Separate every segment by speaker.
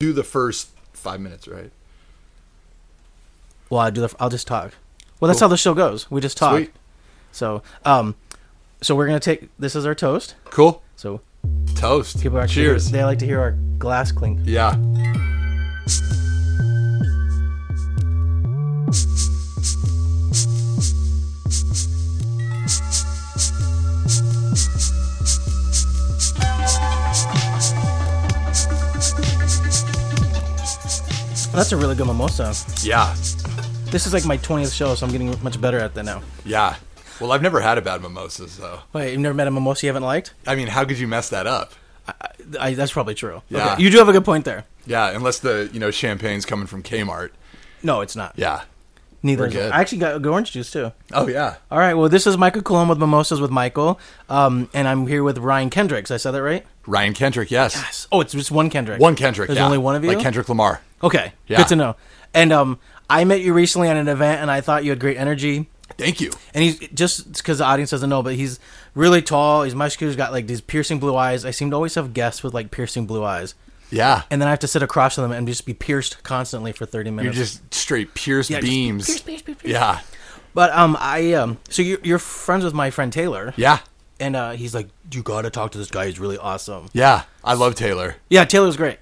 Speaker 1: do the first five minutes, right?
Speaker 2: Well, I do. The, I'll just talk. Well, that's how the show goes. We just talk.
Speaker 1: Sweet.
Speaker 2: So, um, so we're gonna take this as our toast.
Speaker 1: Cool.
Speaker 2: So
Speaker 1: Toast.
Speaker 2: people are actually
Speaker 1: Cheers.
Speaker 2: they like to hear our glass clink.
Speaker 1: Yeah.
Speaker 2: That's a really good mimosa.
Speaker 1: Yeah.
Speaker 2: This is like my twentieth show, so I'm getting much better at that now.
Speaker 1: Yeah. Well, I've never had a bad mimosa, so
Speaker 2: Wait, you've never met a mimosa you haven't liked?
Speaker 1: I mean, how could you mess that up?
Speaker 2: I, that's probably true.
Speaker 1: Yeah.
Speaker 2: Okay, you do have a good point there.
Speaker 1: Yeah, unless the you know champagne's coming from Kmart.
Speaker 2: No, it's not.
Speaker 1: Yeah.
Speaker 2: Neither
Speaker 1: we're
Speaker 2: is
Speaker 1: good.
Speaker 2: I actually got good orange juice too.
Speaker 1: Oh yeah.
Speaker 2: All right. Well, this is Michael Colon with Mimosas with Michael, um, and I'm here with Ryan Kendricks. I said that right?
Speaker 1: Ryan Kendrick. Yes.
Speaker 2: Oh, it's just one Kendrick.
Speaker 1: One Kendrick.
Speaker 2: There's
Speaker 1: yeah.
Speaker 2: only one of you.
Speaker 1: Like Kendrick Lamar.
Speaker 2: Okay.
Speaker 1: Yeah.
Speaker 2: Good to know. And um, I met you recently at an event, and I thought you had great energy.
Speaker 1: Thank you.
Speaker 2: And he's just because the audience doesn't know, but he's really tall. He's muscular. He's got like these piercing blue eyes. I seem to always have guests with like piercing blue eyes,
Speaker 1: Yeah.
Speaker 2: and then I have to sit across from them and just be pierced constantly for thirty
Speaker 1: You're
Speaker 2: minutes.
Speaker 1: just straight pierced
Speaker 2: Yeah, just
Speaker 1: beams.
Speaker 2: pierce, pierce, pierce, pierce.
Speaker 1: Yeah.
Speaker 2: But um, I um, so you're, you're friends with my friend Taylor,
Speaker 1: Yeah.
Speaker 2: and uh, he's like, you gotta talk to this guy. He's really awesome.
Speaker 1: Yeah. I love Taylor.
Speaker 2: Yeah, Taylor's great.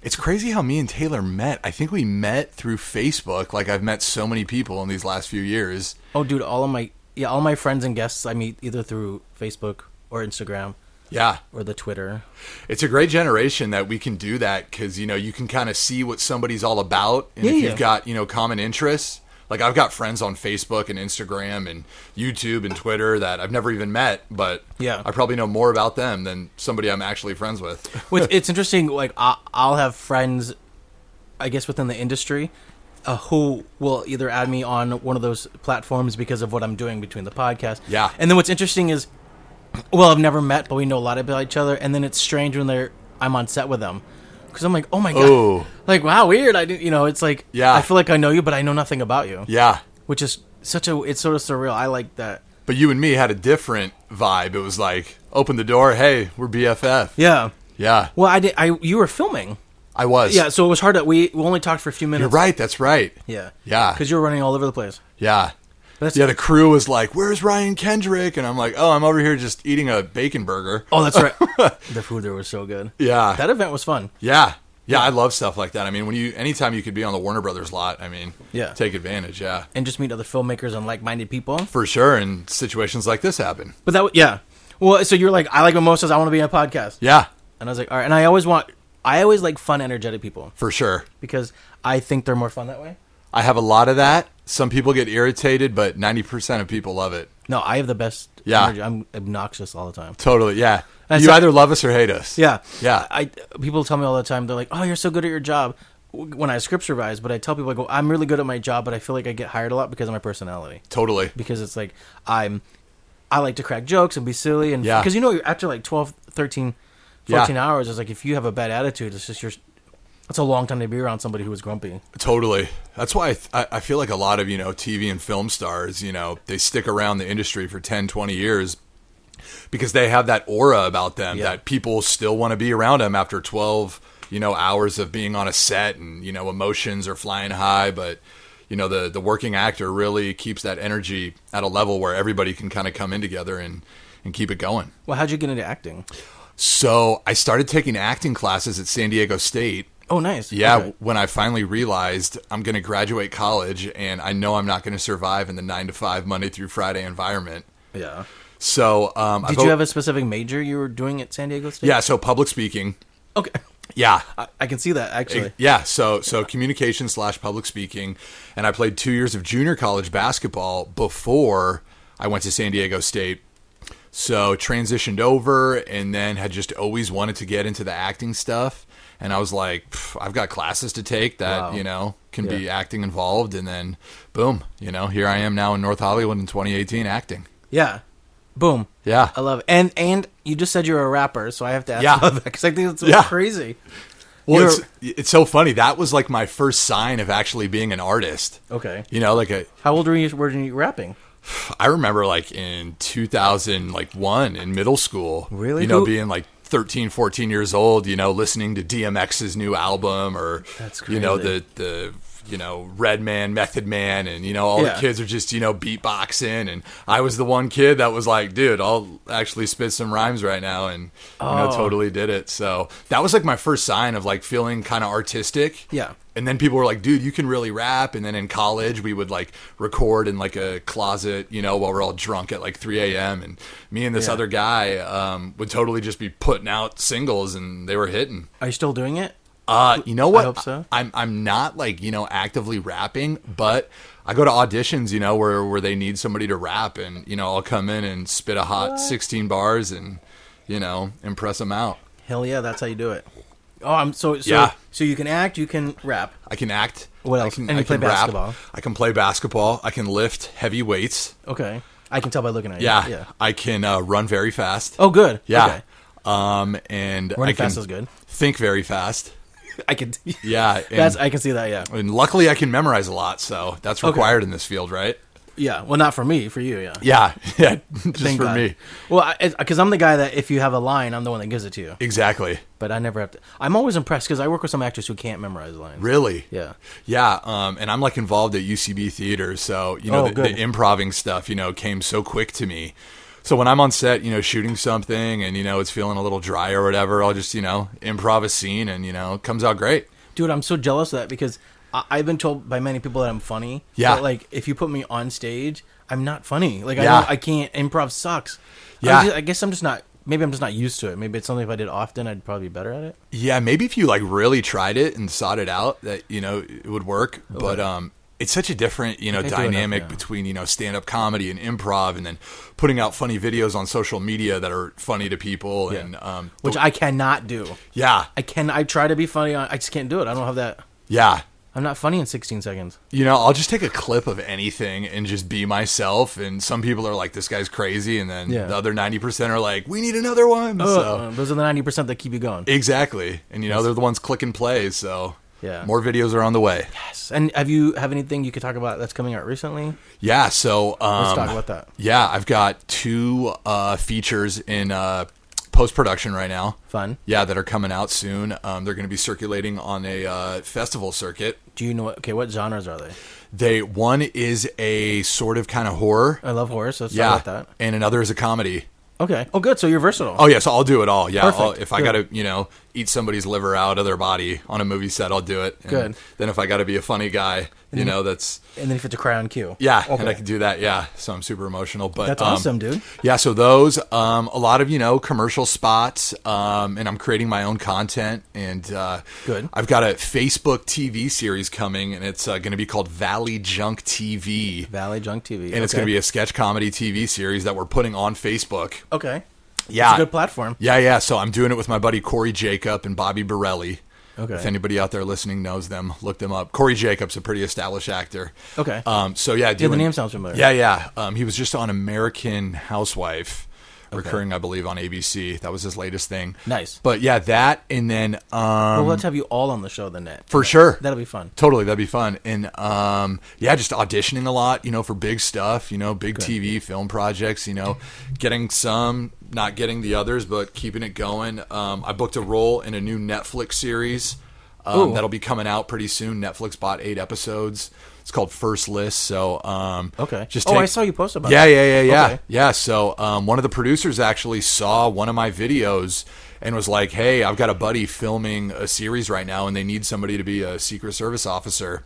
Speaker 1: It's crazy how me and Taylor met. I think we met through Facebook. Like I've met so many people in these last few years.
Speaker 2: Oh, dude, all of my yeah, all my friends and guests I meet either through Facebook or Instagram
Speaker 1: Yeah.
Speaker 2: or the Twitter.
Speaker 1: It's a great generation that we can do that because you know you can kind of see what somebody's all about, and
Speaker 2: Yeah,
Speaker 1: if
Speaker 2: yeah.
Speaker 1: you've got you know common interests, like I've got friends on Facebook and Instagram and YouTube and Twitter that I've never even met, but
Speaker 2: Yeah.
Speaker 1: I probably know more about them than somebody I'm actually friends with.
Speaker 2: Which it's interesting. Like I, I'll have friends, I guess within the industry, uh, who will either add me on one of those platforms because of what I'm doing between the podcast.
Speaker 1: Yeah.
Speaker 2: And then what's interesting is, well, I've never met, but we know a lot about each other. And then it's strange when they're I'm on set with them because I'm like, oh my god,
Speaker 1: Oh.
Speaker 2: like wow, weird. I didn't, you know, it's like
Speaker 1: Yeah.
Speaker 2: I feel like I know you, but I know nothing about you,
Speaker 1: yeah,
Speaker 2: which is such a it's sort of surreal. I like that.
Speaker 1: but you and me had a different vibe. It was like open the door, hey, we're BFF.
Speaker 2: Yeah.
Speaker 1: Yeah,
Speaker 2: Well, I did. I you were filming.
Speaker 1: I was.
Speaker 2: Yeah, so it was hard to we, we only talked for a few minutes.
Speaker 1: you're right. That's right.
Speaker 2: Yeah.
Speaker 1: Yeah.
Speaker 2: Because you were running all over the place.
Speaker 1: Yeah.
Speaker 2: That's-
Speaker 1: yeah, the crew was like, "Where's Ryan Kendrick?" And I'm like, "Oh, I'm over here just eating a bacon burger."
Speaker 2: Oh, that's right. the food there was so good.
Speaker 1: Yeah.
Speaker 2: That event was fun.
Speaker 1: Yeah. Yeah, I love stuff like that. I mean, when you anytime you could be on the Warner Brothers lot, I mean,
Speaker 2: Yeah.
Speaker 1: take advantage, yeah.
Speaker 2: And just meet other filmmakers and like minded people.
Speaker 1: For sure, and situations like this happen.
Speaker 2: But that, w- yeah. Well, so you're like, I like mimosas. I want to be on a podcast.
Speaker 1: Yeah,
Speaker 2: And I was like, all right. And I always want, I always like fun, energetic people
Speaker 1: for sure.
Speaker 2: because I think they're more fun that way.
Speaker 1: I have a lot of that. Some people get irritated, but 90% of people love it.
Speaker 2: No, I have the best
Speaker 1: Yeah.
Speaker 2: energy. I'm obnoxious all the time.
Speaker 1: Totally, yeah.
Speaker 2: And
Speaker 1: you
Speaker 2: so-
Speaker 1: either love us or hate us.
Speaker 2: Yeah,
Speaker 1: Yeah.
Speaker 2: I people tell me all the time they're like, "Oh, you're so good at your job." When I script revise, but I tell people I go, "I'm really good at my job, but I feel like I get hired a lot because of my personality.
Speaker 1: Totally.
Speaker 2: Because it's like I'm, I like to crack jokes and be silly, and
Speaker 1: Yeah.
Speaker 2: because you know after like 12, 13,
Speaker 1: Yeah.
Speaker 2: 14 hours, it's like if you have a bad attitude, it's just your. It's a long time to be around somebody who is grumpy.
Speaker 1: Totally. That's why I, th- I I feel like a lot of, you know, TV and film stars, you know, they stick around the industry for 10, 20 years because they have that aura about them
Speaker 2: Yeah.
Speaker 1: that people still want to be around them after 12, you know, hours of being on a set and, you know, emotions are flying high. But, you know, the, the working actor really keeps that energy at a level where everybody can kind of come in together and, and keep it going.
Speaker 2: Well, how'd you get into acting?
Speaker 1: So I started taking acting classes at San Diego State.
Speaker 2: Oh, nice.
Speaker 1: Yeah,
Speaker 2: Okay.
Speaker 1: when I finally realized I'm going to graduate college and I know I'm not going to survive in the nine to five Monday through Friday environment.
Speaker 2: yeah.
Speaker 1: So, um,
Speaker 2: Did you have a specific major you were doing at San Diego State?
Speaker 1: yeah? So public speaking,
Speaker 2: Okay.
Speaker 1: yeah,
Speaker 2: I, I can see that actually.
Speaker 1: yeah. So so communication slash public speaking, and I played two years of junior college basketball before I went to San Diego State. So transitioned over, and then had just always wanted to get into the acting stuff. And I was like, "Pff, I've got classes to take that
Speaker 2: Wow.
Speaker 1: you know can be acting involved. And then, boom, you know, here I am now in North Hollywood in 2018 acting.
Speaker 2: Yeah. Boom.
Speaker 1: Yeah.
Speaker 2: I love it. And and you just said you're a rapper, so I have to ask
Speaker 1: Yeah.
Speaker 2: about that because I think that's so
Speaker 1: Yeah.
Speaker 2: crazy.
Speaker 1: Well,
Speaker 2: You're-
Speaker 1: it's, it's so funny. That was like my first sign of actually being an artist.
Speaker 2: Okay.
Speaker 1: You know, like a
Speaker 2: How old were you were you rapping?
Speaker 1: I remember like in 2000 like one in middle school.
Speaker 2: Really?
Speaker 1: You know,
Speaker 2: Who-
Speaker 1: being like 13 14 years old you know listening to DMX's new album or
Speaker 2: That's
Speaker 1: you know
Speaker 2: crazy.
Speaker 1: the the you know Red Man Method Man and you know all
Speaker 2: Yeah.
Speaker 1: the kids are just you know beatboxing and I was the one kid that was like dude I'll actually spit some rhymes right now and you know
Speaker 2: Oh.
Speaker 1: totally did it so that was like my first sign of like feeling kind of artistic
Speaker 2: Yeah.
Speaker 1: and then people were like, dude, you can really rap. And then in college, we would like record in like a closet, you know, while we're all drunk at like 3 a.m. And me and this
Speaker 2: Yeah.
Speaker 1: other guy um, would totally just be putting out singles and they were hitting.
Speaker 2: Are you still doing it?
Speaker 1: Uh, you know what?
Speaker 2: hope so.
Speaker 1: I'm, I'm not like, you know, actively rapping, but I go to auditions, you know, where, where they need somebody to rap and, you know, I'll come in and spit a hot 16 bars and, you know, impress them out.
Speaker 2: Hell yeah, that's how you do it. Oh, I'm so so.
Speaker 1: Yeah.
Speaker 2: So you can act, you can rap.
Speaker 1: I can act.
Speaker 2: What
Speaker 1: I
Speaker 2: else?
Speaker 1: can,
Speaker 2: And you
Speaker 1: I can
Speaker 2: play
Speaker 1: rap.
Speaker 2: basketball.
Speaker 1: I can play basketball. I can lift heavy weights.
Speaker 2: Okay, I can tell by looking at you.
Speaker 1: Yeah,
Speaker 2: Yeah.
Speaker 1: I can uh, run very fast.
Speaker 2: Oh, good.
Speaker 1: yeah.
Speaker 2: Okay.
Speaker 1: Um, and
Speaker 2: Running
Speaker 1: I can
Speaker 2: fast is good.
Speaker 1: Think very fast.
Speaker 2: I can.
Speaker 1: Yeah, and,
Speaker 2: That's I can see that. Yeah.
Speaker 1: and luckily I can memorize a lot, so that's required in this field, right?
Speaker 2: Yeah. Well, not for me. For you. Yeah.
Speaker 1: Yeah, yeah, just
Speaker 2: Thank
Speaker 1: for
Speaker 2: God.
Speaker 1: me,
Speaker 2: Well, because I'm the guy that if you have a line, I'm the one that gives it to you.
Speaker 1: exactly.
Speaker 2: But I never have to. I'm always impressed because I work with some actors who can't memorize lines.
Speaker 1: Really?
Speaker 2: Yeah.
Speaker 1: Yeah, um, and I'm like involved at UCB theater, so you know
Speaker 2: Oh,
Speaker 1: the,
Speaker 2: good.
Speaker 1: the improving stuff, you know, came so quick to me. So when I'm on set, you know, shooting something, and you know it's feeling a little dry or whatever, I'll just you know improv a scene, and you know it comes out great.
Speaker 2: Dude, I'm so jealous of that because I- I've been told by many people that I'm funny.
Speaker 1: Yeah.
Speaker 2: But, like, if you put me on stage, I'm not funny. Like, I,
Speaker 1: Yeah.
Speaker 2: don't, I can't. Improv sucks. I'm
Speaker 1: Yeah.
Speaker 2: just- I guess I'm just not. Maybe I'm just not used to it. Maybe it's something if I did often, I'd probably be better at it.
Speaker 1: Yeah, maybe if you like really tried it and sought it out, that you know it would work. But um, it's such a different you know
Speaker 2: do enough,
Speaker 1: dynamic
Speaker 2: yeah.
Speaker 1: between you know stand up comedy and improv, and then putting out funny videos on social media that are funny to people. And um,
Speaker 2: Which I cannot do.
Speaker 1: yeah,
Speaker 2: I can. I try to be funny. On, I just can't do it. I don't have that.
Speaker 1: yeah.
Speaker 2: I'm not funny in 16 seconds.
Speaker 1: You know, I'll just take a clip of anything and just be myself. And some people are like, "This guy's crazy," and then
Speaker 2: Yeah.
Speaker 1: the other ninety percent are like, "We need another one." so
Speaker 2: Uh, those are the 90% that keep you going.
Speaker 1: exactly, and you know they're the ones clicking play. So
Speaker 2: Yeah.
Speaker 1: more videos are on the way.
Speaker 2: Yes. And have you have anything you could talk about that's coming out recently?
Speaker 1: Yeah. So um,
Speaker 2: Let's talk about that.
Speaker 1: Yeah, I've got two uh, features in uh, post production right now.
Speaker 2: Fun.
Speaker 1: Yeah, that are coming out soon. Um, they're going to be circulating on a uh, festival circuit.
Speaker 2: Do you know what? Okay, what genres are they?
Speaker 1: They one is a sort of kind of horror.
Speaker 2: I love horror, so let's
Speaker 1: yeah,
Speaker 2: talk about that.
Speaker 1: and another is a comedy.
Speaker 2: Okay. Oh, good. So you're versatile.
Speaker 1: Oh yeah, so I'll do it all. Yeah, I'll,
Speaker 2: Perfect.
Speaker 1: if I
Speaker 2: Good.
Speaker 1: got to you know eat somebody's liver out of their body on a movie set, I'll do it. And
Speaker 2: Good. Mm-hmm.
Speaker 1: Then if I got to be a funny guy, you know that's
Speaker 2: And then if it's a cry on cue.
Speaker 1: Yeah, and
Speaker 2: Okay.
Speaker 1: I can do that. Yeah, so I'm super emotional. But
Speaker 2: That's
Speaker 1: um,
Speaker 2: awesome, dude.
Speaker 1: Yeah, so those um, a lot of you know commercial spots, um, and I'm creating my own content. And uh,
Speaker 2: Good.
Speaker 1: I've got a Facebook TV series coming, and it's uh, going to be called Valley Junk TV, and
Speaker 2: Valley Junk TV. And
Speaker 1: it's going to be a sketch comedy TV series that we're putting on Facebook.
Speaker 2: Okay.
Speaker 1: Yeah,
Speaker 2: It's a good platform.
Speaker 1: yeah, yeah. So I'm doing it with my buddy Corey Jacob and Bobby Borelli.
Speaker 2: Okay.
Speaker 1: If anybody out there listening knows them, look them up. Corey Jacob's a pretty established actor.
Speaker 2: Okay.
Speaker 1: Um, so yeah,
Speaker 2: yeah, the
Speaker 1: doing-
Speaker 2: name sounds familiar.
Speaker 1: Yeah, yeah. Um, he was just on American Housewife, recurring, I believe, on ABC. That was his latest thing.
Speaker 2: Nice.
Speaker 1: But yeah, that and then um,
Speaker 2: Well, let's have you all on the show the net.
Speaker 1: for sure.
Speaker 2: That'll be fun.
Speaker 1: Totally, that'd be fun. And um, yeah, just auditioning a lot, you know, for big stuff, you know, big TV, film projects, you know, getting some, not getting the others, but keeping it going. Um, I booked a role in a new Netflix series um,
Speaker 2: Ooh.
Speaker 1: that'll be coming out pretty soon. Netflix bought eight episodes. It's called First List. So um,
Speaker 2: Okay.
Speaker 1: just
Speaker 2: oh,
Speaker 1: take-
Speaker 2: I saw you post about
Speaker 1: yeah,
Speaker 2: it.
Speaker 1: yeah, yeah, yeah,
Speaker 2: Okay.
Speaker 1: yeah. So um, one of the producers actually saw one of my videos and was like, "Hey, I've got a buddy filming a series right now, and they need somebody to be a Secret Service officer."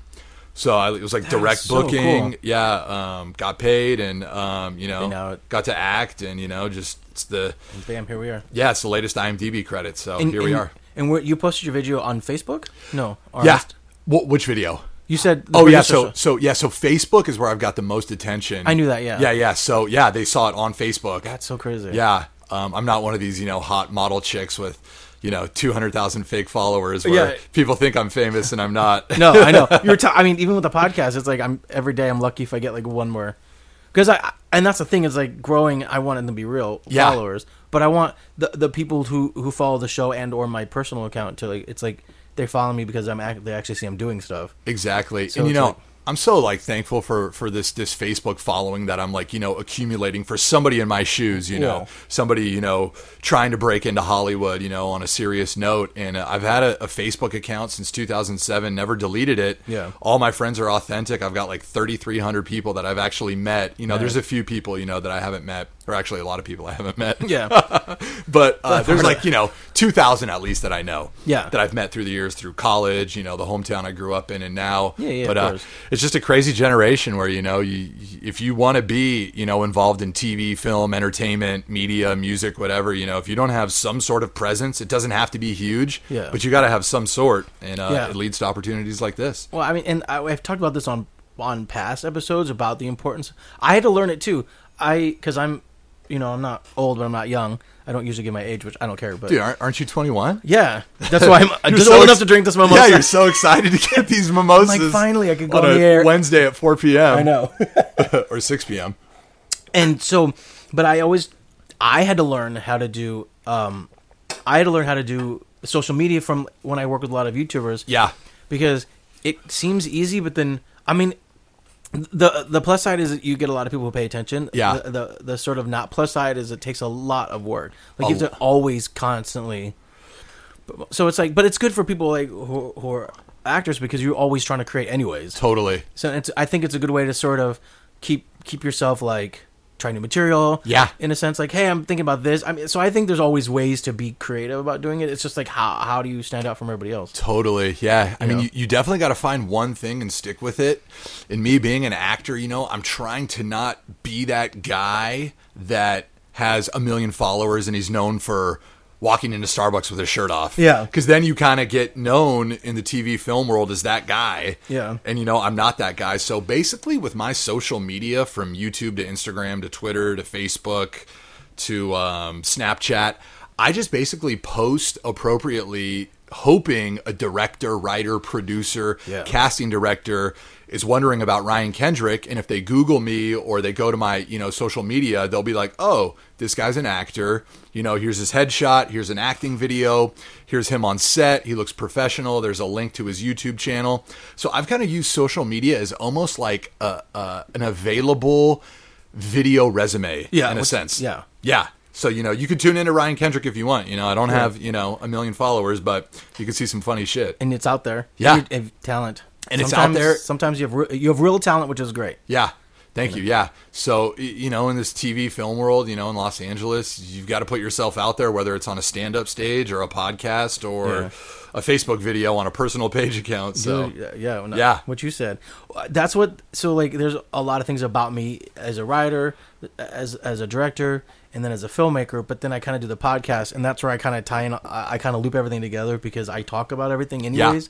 Speaker 1: So I, it was like direct
Speaker 2: is so
Speaker 1: booking.
Speaker 2: cool.
Speaker 1: Yeah, um, got paid, and um, you know,
Speaker 2: now it-
Speaker 1: got to act, and you know, just it's the
Speaker 2: Bam, here we are.
Speaker 1: yeah, it's the latest IMDb credit. So here we are.
Speaker 2: And where, you posted your video on Facebook? No. or
Speaker 1: Yeah,
Speaker 2: Inst-
Speaker 1: Wh- which video?
Speaker 2: You said. the
Speaker 1: Oh yeah, so
Speaker 2: producer
Speaker 1: so yeah, so Facebook is where I've got the most attention.
Speaker 2: I knew that, yeah.
Speaker 1: yeah, yeah. So yeah, they saw it on Facebook.
Speaker 2: That's so crazy.
Speaker 1: Yeah, um, I'm not one of these you know hot model chicks with you know 200,000 fake followers where
Speaker 2: Yeah.
Speaker 1: people think I'm famous and I'm not.
Speaker 2: No, I know. You're. T- I mean, even with the podcast, it's like I'm every day. I'm lucky if I get like one more, because I. And that's the thing is like growing. I want them to be real
Speaker 1: Yeah.
Speaker 2: followers, but I want the the people who who follow the show and or my personal account to like. It's like they follow me because I'm act- they actually see I'm doing stuff.
Speaker 1: Exactly.
Speaker 2: So
Speaker 1: and you
Speaker 2: it's
Speaker 1: know,
Speaker 2: like-
Speaker 1: I'm so like thankful for for this this Facebook following that I'm like you know accumulating for somebody in my shoes you know
Speaker 2: Yeah.
Speaker 1: somebody you know trying to break into Hollywood you know on a serious note and uh, I've had a, a Facebook account since 2007 never deleted it
Speaker 2: Yeah.
Speaker 1: all my friends are authentic I've got like 3,300 people that I've actually met you know there's a few people you know that I haven't met or actually a lot of people I haven't met
Speaker 2: Yeah.
Speaker 1: but uh, there's like you know 2000 at least that i know
Speaker 2: Yeah.
Speaker 1: that i've met through the years through college you know the hometown i grew up in and now
Speaker 2: Yeah, yeah,
Speaker 1: but
Speaker 2: of
Speaker 1: uh,
Speaker 2: course.
Speaker 1: it's just a crazy generation where you know you if you want to be you know involved in tv film entertainment media music whatever you know if you don't have some sort of presence it doesn't have to be huge
Speaker 2: Yeah.
Speaker 1: but you got to have some sort and uh,
Speaker 2: Yeah.
Speaker 1: it leads to opportunities like this
Speaker 2: Well, I mean, and I, I've talked about this on on past episodes about the importance. I had to learn it too. I because I'm, you know, I'm not old, but I'm not young. I don't usually give my age, which I don't care. But
Speaker 1: dude aren't, aren't you 21
Speaker 2: yeah, that's why I'm
Speaker 1: You're
Speaker 2: just
Speaker 1: so
Speaker 2: old
Speaker 1: ex-
Speaker 2: enough to drink this mimosa.
Speaker 1: yeah, you're so excited to get these mimosas.
Speaker 2: like, finally, I could go
Speaker 1: on
Speaker 2: on
Speaker 1: a
Speaker 2: the air.
Speaker 1: Wednesday at 4 p.m.
Speaker 2: I know.
Speaker 1: or 6 p.m.
Speaker 2: and so but i always i had to learn how to do um i had to learn how to do social media from when i work with a lot of youtubers
Speaker 1: Yeah,
Speaker 2: because it seems easy but then i mean the the plus side is that you get a lot of people who pay attention
Speaker 1: Yeah.
Speaker 2: the the, the sort of not plus side is it takes a lot of work like you have
Speaker 1: Oh.
Speaker 2: to always constantly so it's like but it's good for people like who, who are actors because you're always trying to create anyways
Speaker 1: totally.
Speaker 2: so it's, I think it's a good way to sort of keep keep yourself like try new material.
Speaker 1: Yeah.
Speaker 2: In a sense, like, hey, I'm thinking about this. I mean, so I think there's always ways to be creative about doing it. It's just like how how do you stand out from everybody else?
Speaker 1: Totally. Yeah. I mean,
Speaker 2: know?
Speaker 1: you, you definitely got to find one thing and stick with it. And me being an actor, you know, I'm trying to not be that guy that has a million followers and he's known for walking into Starbucks with his shirt off.
Speaker 2: Yeah.
Speaker 1: Because then you kind of get known in the TV film world as that guy.
Speaker 2: Yeah.
Speaker 1: And, you know, I'm not that guy. So basically, with my social media from YouTube to Instagram to Twitter to Facebook to um, Snapchat, I just basically post appropriately, hoping a director, writer, producer,
Speaker 2: Yeah.
Speaker 1: casting director is wondering about Ryan Kendrick. And if they Google me or they go to my, you know, social media, they'll be like, oh, this guy's an actor. You know, here's his headshot. Here's an acting video. Here's him on set. He looks professional. There's a link to his YouTube channel. So I've kind of used social media as almost like a, uh, an available video resume
Speaker 2: Yeah,
Speaker 1: in a
Speaker 2: which-
Speaker 1: sense.
Speaker 2: yeah.
Speaker 1: Yeah. So, you know, you could tune into Ryan Kendrick if you want. You know, I don't have, you know, a million followers, but you can see some funny shit.
Speaker 2: And it's out there.
Speaker 1: Yeah.
Speaker 2: And you have talent.
Speaker 1: And it's out
Speaker 2: Sometimes-
Speaker 1: there.
Speaker 2: Sometimes you have re- you have real talent, which is great.
Speaker 1: Yeah. Thank you. Yeah. So, y- you know, in this TV film world, you know, in Los Angeles, you've got to put yourself out there, whether it's on a stand up stage or a podcast or
Speaker 2: Yeah.
Speaker 1: a Facebook video on a personal page account. So,
Speaker 2: Dude, yeah, yeah, no,
Speaker 1: Yeah.
Speaker 2: What you said. That's what. So like, there's a lot of things about me as a writer, as as a director, and then as a filmmaker. But then I kind of do the podcast, and that's where I kind of tie in. I, I kind of loop everything together because I talk about everything
Speaker 1: Yeah.
Speaker 2: anyways.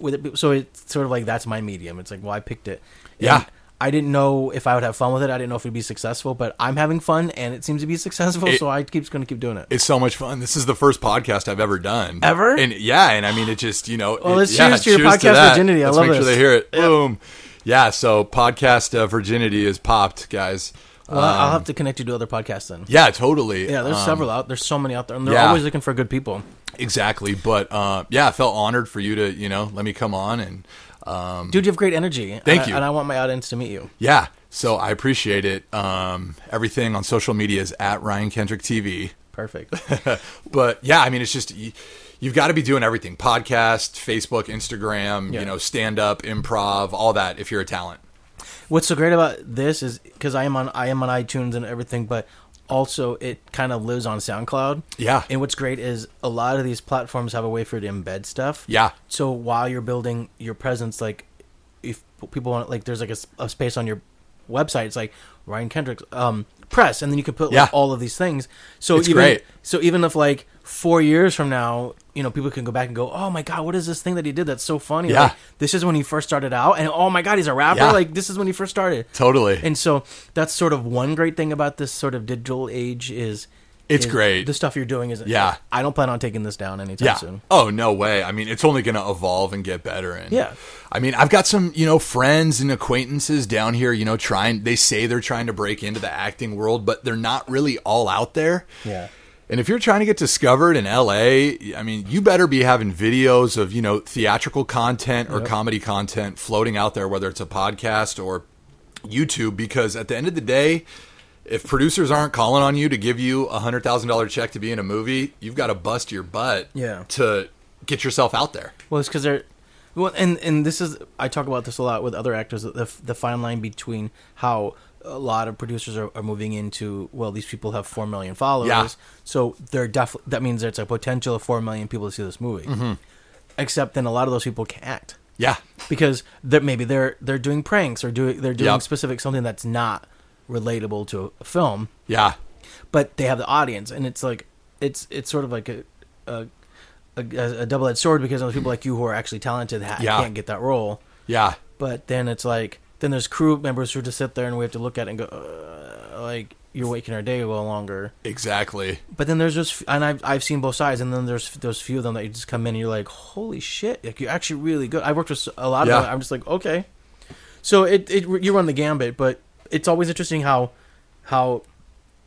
Speaker 2: With it, so it's sort of like that's my medium. It's like, well, I picked it. And
Speaker 1: Yeah.
Speaker 2: I didn't know if I would have fun with it. I didn't know if it'd be successful, but I'm having fun, and it seems to be successful.
Speaker 1: It-
Speaker 2: so I keep going to keep doing it.
Speaker 1: it's so much fun. This is the first podcast I've ever done.
Speaker 2: Ever?
Speaker 1: And yeah, and I mean, it just, you know,
Speaker 2: Well,
Speaker 1: it-
Speaker 2: let's
Speaker 1: yeah,
Speaker 2: cheers to your podcast
Speaker 1: that.
Speaker 2: virginity. I
Speaker 1: Let's
Speaker 2: love
Speaker 1: make sure
Speaker 2: this.
Speaker 1: they hear it. Boom. Yeah. So, podcast uh, virginity is popped, guys.
Speaker 2: Well, I'll have to connect you to other podcasts then.
Speaker 1: Yeah, totally.
Speaker 2: Yeah, there's
Speaker 1: Um,
Speaker 2: several out. There's so many out there, and they're
Speaker 1: yeah.
Speaker 2: always looking for good people.
Speaker 1: Exactly. But uh, yeah, I felt honored for you to, you know, let me come on and um,
Speaker 2: Dude, you have great energy.
Speaker 1: Thank
Speaker 2: and
Speaker 1: you.
Speaker 2: I, and I want my audience to meet you.
Speaker 1: Yeah. So I appreciate it. Um, everything on social media is at Ryan Kendrick TV.
Speaker 2: Perfect.
Speaker 1: But yeah, I mean, it's just you, you've got to be doing everything podcast, Facebook, Instagram,
Speaker 2: Yeah.
Speaker 1: you know, stand up, improv, all that if you're a talent.
Speaker 2: What's so great about this is because I am on I am on iTunes and everything, but also it kind of lives on SoundCloud.
Speaker 1: Yeah.
Speaker 2: And what's great is a lot of these platforms have a way for you to embed stuff.
Speaker 1: Yeah.
Speaker 2: So while you're building your presence, like if people want, like there's like a, s- a space on your website, it's like Ryan Kendrick's um, press, and then you can put
Speaker 1: Yeah.
Speaker 2: like, all of these things. So
Speaker 1: It's
Speaker 2: even
Speaker 1: great.
Speaker 2: so, even if like four years from now, you know, people can go back and go, "Oh my god, what is this thing that he did? That's so funny!
Speaker 1: Yeah.
Speaker 2: Like, this is when he first started out, and oh my god, he's a rapper!
Speaker 1: Yeah.
Speaker 2: Like this is when he first started."
Speaker 1: Totally.
Speaker 2: And so that's sort of one great thing about this sort of digital age is
Speaker 1: It's
Speaker 2: is
Speaker 1: great.
Speaker 2: The stuff you're doing is
Speaker 1: Yeah.
Speaker 2: I don't plan on taking this down anytime
Speaker 1: yeah.
Speaker 2: soon.
Speaker 1: Oh, no way. I mean, it's only going to evolve and get better. And
Speaker 2: Yeah.
Speaker 1: I mean, I've got some, you know, friends and acquaintances down here, you know, trying, they say they're trying to break into the acting world, but they're not really all out there.
Speaker 2: Yeah.
Speaker 1: And if you're trying to get discovered in LA, I mean, you better be having videos of, you know, theatrical content or comedy content floating out there, whether it's a podcast or YouTube, because at the end of the day, if producers aren't calling on you to give you a hundred thousand dollar check to be in a movie, you've got to bust your butt
Speaker 2: Yeah.
Speaker 1: to get yourself out there.
Speaker 2: Well, it's because they're. Well, and and this is I talk about this a lot with other actors. The the fine line between how a lot of producers are, are moving into well, these people have four million followers,
Speaker 1: Yeah.
Speaker 2: so they're def that means there's a potential of four million people to see this movie.
Speaker 1: Mm-hmm.
Speaker 2: Except then a lot of those people can't act
Speaker 1: Yeah.
Speaker 2: because they're, maybe they're they're doing pranks or doing they're doing
Speaker 1: Yep.
Speaker 2: specific something that's not relatable to a film
Speaker 1: Yeah.
Speaker 2: but they have the audience, and it's like it's it's sort of like a a, a, a double edged sword because those people like you who are actually talented ha-
Speaker 1: Yeah.
Speaker 2: can't get that role.
Speaker 1: Yeah.
Speaker 2: But then it's like then there's crew members who just sit there and we have to look at it and go uh, like you're waking our day a little longer.
Speaker 1: Exactly.
Speaker 2: But then there's just and I've I've seen both sides, and then there's those few of them that you just come in and you're like holy shit, like you're actually really good. I worked with a lot
Speaker 1: Yeah.
Speaker 2: of them. I'm just like okay, so it it you run the gambit, but it's always interesting how how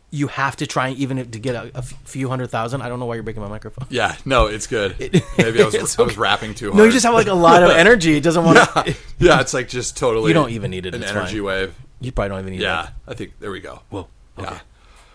Speaker 2: you have to try even if- to get a, a few hundred thousand. I don't know why you're breaking my microphone.
Speaker 1: Yeah. No, it's good. Maybe I was,
Speaker 2: it's
Speaker 1: I was rapping too hard.
Speaker 2: No, you just have like a lot of energy. It doesn't want to.
Speaker 1: yeah, it's like just totally.
Speaker 2: You don't even need it,
Speaker 1: An
Speaker 2: it's
Speaker 1: energy
Speaker 2: fine.
Speaker 1: wave.
Speaker 2: You probably don't even need
Speaker 1: Yeah,
Speaker 2: that.
Speaker 1: I think there we go.
Speaker 2: Well, okay.
Speaker 1: Yeah.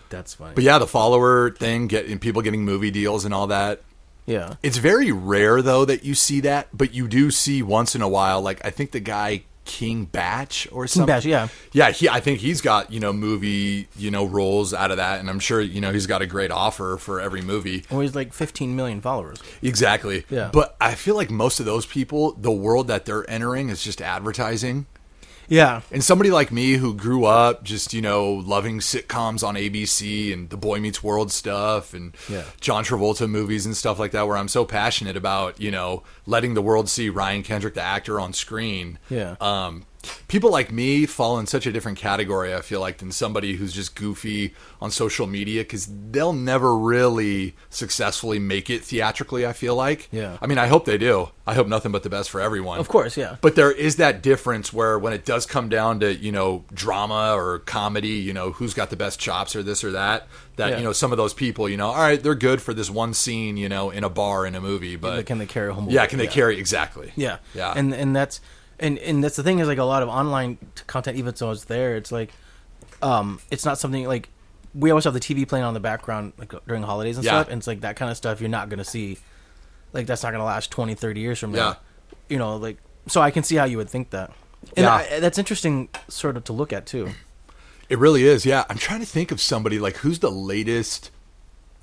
Speaker 2: That's fine.
Speaker 1: But yeah, the follower thing, getting people getting movie deals and all that.
Speaker 2: yeah.
Speaker 1: It's very rare though that you see that, but you do see once in a while. Like I think the guy King Batch or something.
Speaker 2: Batch, yeah.
Speaker 1: yeah. He, I think he's got you know movie you know roles out of that, and I'm sure you know he's got a great offer for every movie.
Speaker 2: Well, he's like 15 million followers.
Speaker 1: Exactly.
Speaker 2: Yeah.
Speaker 1: But I feel like most of those people, the world that they're entering is just advertising.
Speaker 2: Yeah.
Speaker 1: And somebody like me who grew up just, you know, loving sitcoms on ABC and the Boy Meets World stuff and
Speaker 2: Yeah.
Speaker 1: John Travolta movies and stuff like that, where I'm so passionate about, you know, letting the world see Ryan Kendrick, the actor, on screen.
Speaker 2: Yeah.
Speaker 1: Um, people like me fall in such a different category, I feel like, than somebody who's just goofy on social media because they'll never really successfully make it theatrically, I feel like.
Speaker 2: Yeah.
Speaker 1: I mean, I hope they do. I hope nothing but the best for everyone.
Speaker 2: Of course, yeah.
Speaker 1: But there is that difference where when it does come down to, you know, drama or comedy, you know, who's got the best chops or this or that, that,
Speaker 2: Yeah.
Speaker 1: you know, some of those people, you know, all right, they're good for this one scene, you know, in a bar in a movie,
Speaker 2: But
Speaker 1: but
Speaker 2: can they carry home?
Speaker 1: yeah, can they carry exactly?
Speaker 2: Yeah,
Speaker 1: Yeah.
Speaker 2: and and that's and and that's the thing is like a lot of online t- content, even so it's there, it's like, um, it's not something like we always have the TV playing on the background like during holidays and
Speaker 1: Yeah.
Speaker 2: stuff, and it's like that kind of stuff you're not gonna see, like that's not gonna last 20, 30 years from
Speaker 1: Yeah.
Speaker 2: now, you know, like so I can see how you would think that, and
Speaker 1: Yeah.
Speaker 2: I, that's interesting sort of to look at too.
Speaker 1: It really is. Yeah. I'm trying to think of somebody like who's the latest,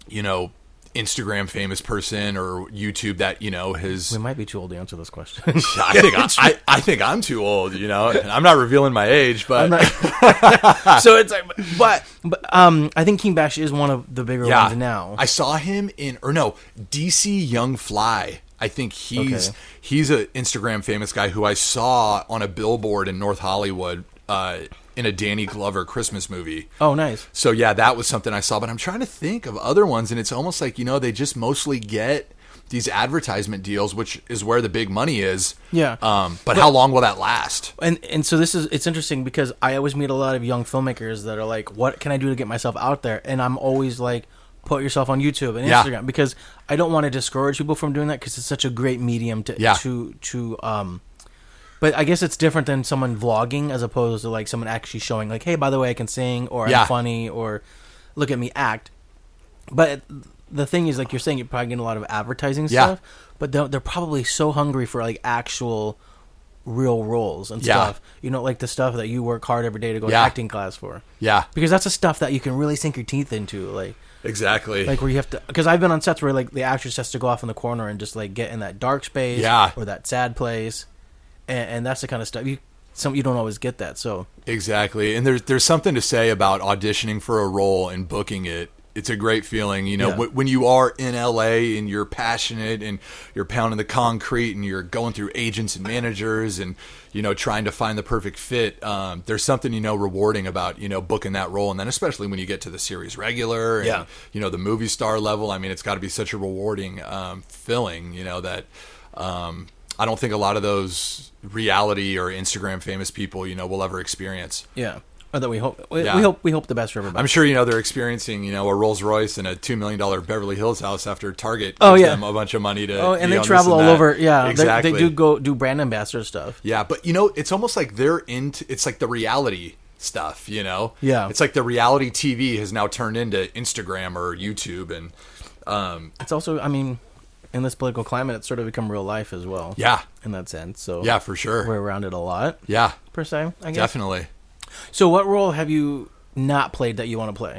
Speaker 1: you know, Instagram famous person or YouTube that, you know, has
Speaker 2: We might be too old to answer this question.
Speaker 1: I think I, I, I think I'm too old, you know, and I'm not revealing my age, but
Speaker 2: I'm not- so it's like, but but um, I think King Bash is one of the bigger ones now.
Speaker 1: I saw him in or no, DC Young Fly. I think he's
Speaker 2: Okay.
Speaker 1: he's a Instagram famous guy who I saw on a billboard in North Hollywood uh, in a Danny Glover Christmas movie.
Speaker 2: oh, nice.
Speaker 1: So yeah, that was something I saw, but I'm trying to think of other ones and it's almost like, you know, they just mostly get these advertisement deals, which is where the big money is.
Speaker 2: Yeah.
Speaker 1: Um, but, how long will that last?
Speaker 2: and and so this is it's interesting because I always meet a lot of young filmmakers that are like, what can I do to get myself out there? And I'm always like, put yourself on YouTube and
Speaker 1: Yeah.
Speaker 2: Instagram because I don't want to discourage people from doing that because it's such a great medium to
Speaker 1: Yeah.
Speaker 2: to to um. But I guess it's different than someone vlogging as opposed to like someone actually showing like, hey, by the way, I can sing or
Speaker 1: Yeah.
Speaker 2: I'm funny or look at me act. But the thing is, like you're saying, you're probably getting a lot of advertising
Speaker 1: Yeah.
Speaker 2: stuff, but they're, they're probably so hungry for like actual real roles and
Speaker 1: Yeah.
Speaker 2: stuff. You know, like the stuff that you work hard every day to go to
Speaker 1: Yeah.
Speaker 2: acting class for.
Speaker 1: Yeah.
Speaker 2: Because that's the stuff that you can really sink your teeth into, like
Speaker 1: Exactly.
Speaker 2: like where you have to. Because I've been on sets where like the actress has to go off in the corner and just like get in that dark space,
Speaker 1: Yeah.
Speaker 2: or that sad place, and, and that's the kind of stuff you some you don't always get that. So
Speaker 1: Exactly. And there's there's something to say about auditioning for a role and booking it. It's a great feeling, you know,
Speaker 2: Yeah.
Speaker 1: wh- when you are in LA and you're passionate and you're pounding the concrete and you're going through agents and managers and you know trying to find the perfect fit. Um, there's something you know rewarding about you know booking that role, and then especially when you get to the series regular and
Speaker 2: Yeah.
Speaker 1: you know the movie star level. I mean, it's got to be such a rewarding um, feeling, you know that. Um, I don't think a lot of those reality or Instagram famous people, you know, will ever experience.
Speaker 2: yeah, Or that we hope we,
Speaker 1: Yeah.
Speaker 2: we hope we hope the best for everybody.
Speaker 1: I'm sure you know they're experiencing you know a Rolls Royce and a two million dollar Beverly Hills house after Target gives
Speaker 2: Oh, yeah.
Speaker 1: them a bunch of money to
Speaker 2: oh, and
Speaker 1: be
Speaker 2: they
Speaker 1: on this
Speaker 2: travel all
Speaker 1: and that.
Speaker 2: over. Yeah, they-
Speaker 1: exactly
Speaker 2: they do go do brand ambassador stuff.
Speaker 1: yeah but you know it's almost like they're into it's like the reality stuff you know
Speaker 2: Yeah.
Speaker 1: it's like the reality TV has now turned into Instagram or YouTube and
Speaker 2: It's also, I mean, in this political climate, it's sort of become real life as well.
Speaker 1: yeah
Speaker 2: in that sense. So
Speaker 1: yeah for sure
Speaker 2: we're around it a lot
Speaker 1: yeah
Speaker 2: per se. I guess.
Speaker 1: definitely.
Speaker 2: So, what role have you not played that you want to play?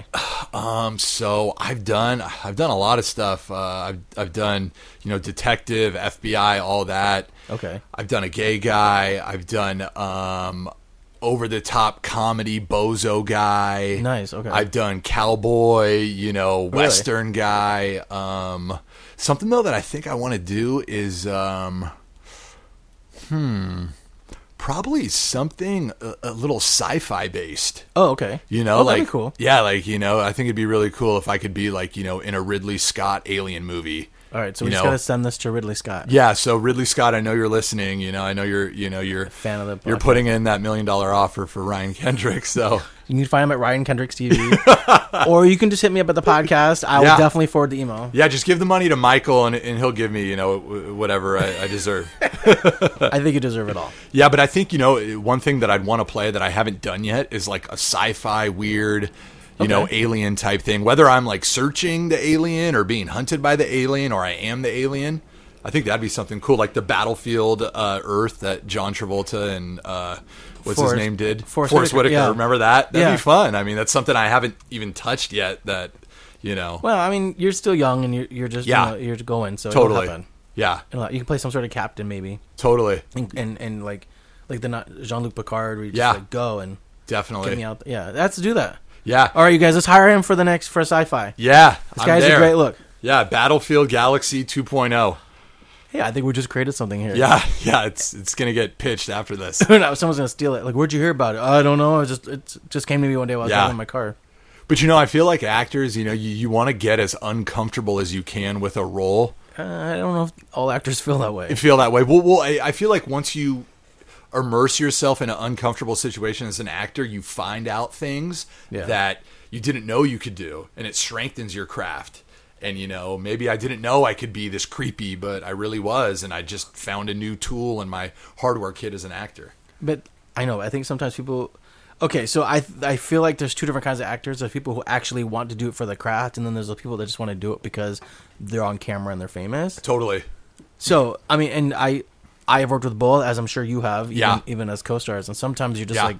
Speaker 1: Um, so I've done I've done a lot of stuff. Uh, I've I've done you know detective, FBI, all that.
Speaker 2: Okay.
Speaker 1: I've done a gay guy. I've done um, over the top comedy bozo guy.
Speaker 2: Nice, okay.
Speaker 1: I've done cowboy. You know western guy. Um, something though that I think I want to do is um, hmm. Probably something a, a little sci-fi based.
Speaker 2: Oh, okay.
Speaker 1: You know,
Speaker 2: oh,
Speaker 1: like
Speaker 2: that'd be cool.
Speaker 1: yeah, like you know, I think it'd be really cool if I could be like you know in a Ridley Scott alien movie.
Speaker 2: All right, so
Speaker 1: you
Speaker 2: we just
Speaker 1: know.
Speaker 2: gotta send this to Ridley Scott.
Speaker 1: Yeah, so Ridley Scott, I know you're listening. You know, I know you're you know you're
Speaker 2: Fan of the
Speaker 1: you're
Speaker 2: podcast.
Speaker 1: putting in that million dollar offer for Ryan Kendrick. So
Speaker 2: You can find him at Ryan Kendricks TV, or you can just hit me up at the podcast. I
Speaker 1: Yeah.
Speaker 2: will definitely forward the email.
Speaker 1: yeah, just give the money to Michael and and he'll give me you know wh- whatever I, I deserve.
Speaker 2: I think you deserve it all.
Speaker 1: yeah, but I think you know one thing that I'd want to play that I haven't done yet is like a sci-fi weird. You know,
Speaker 2: Okay.
Speaker 1: alien type thing. Whether I'm like searching the alien or being hunted by the alien or I am the alien, I think that'd be something cool. Like the Battlefield uh, Earth that John Travolta and uh, what's
Speaker 2: Forrest-
Speaker 1: his name did?
Speaker 2: Forrest
Speaker 1: Forrest
Speaker 2: Whitaker,
Speaker 1: Whitaker.
Speaker 2: yeah.
Speaker 1: Remember that? That'd
Speaker 2: Yeah.
Speaker 1: be fun. I mean, that's something I haven't even touched yet. That you know,
Speaker 2: Well, I mean, you're still young, and you're, you're just
Speaker 1: Yeah.
Speaker 2: you know, you're going so it'll
Speaker 1: totally.
Speaker 2: happen.
Speaker 1: Yeah,
Speaker 2: It'll- You can play some sort of captain maybe,
Speaker 1: totally.
Speaker 2: and and, and like like the not Jean Luc Picard, where you just
Speaker 1: Yeah.
Speaker 2: like go and
Speaker 1: Definitely.
Speaker 2: get me out. Yeah, that's do that.
Speaker 1: Yeah.
Speaker 2: All right, you guys, let's hire him for the next for sci-fi.
Speaker 1: Yeah.
Speaker 2: This guy's a great look.
Speaker 1: Yeah, Battlefield Galaxy 2.0.
Speaker 2: Hey, I think we just created something here.
Speaker 1: Yeah, yeah, it's it's gonna get pitched after this.
Speaker 2: No, someone's gonna steal it. Like, where'd you hear about it? I don't know. It just it just came to me one day while I was
Speaker 1: Yeah.
Speaker 2: driving my car.
Speaker 1: But you know, I feel like actors, you know, you, you want to get as uncomfortable as you can with a role.
Speaker 2: Uh, I don't know if all actors feel that way.
Speaker 1: I feel that way. Well, well, I, I feel like once you immerse yourself in an uncomfortable situation as an actor, you find out things
Speaker 2: Yeah.
Speaker 1: that you didn't know you could do, and it strengthens your craft. And you know, maybe I didn't know I could be this creepy, but I really was, and I just found a new tool in my hardware kit as an actor.
Speaker 2: But I know. I think sometimes people. Okay, so I I feel like there's two different kinds of actors. There's people who actually want to do it for the craft, and then there's the people that just want to do it because they're on camera and they're famous.
Speaker 1: Totally.
Speaker 2: So I mean, and I I have worked with both, as I'm sure you have. Even,
Speaker 1: Yeah.
Speaker 2: Even as co-stars, and sometimes you're just
Speaker 1: Yeah.
Speaker 2: like,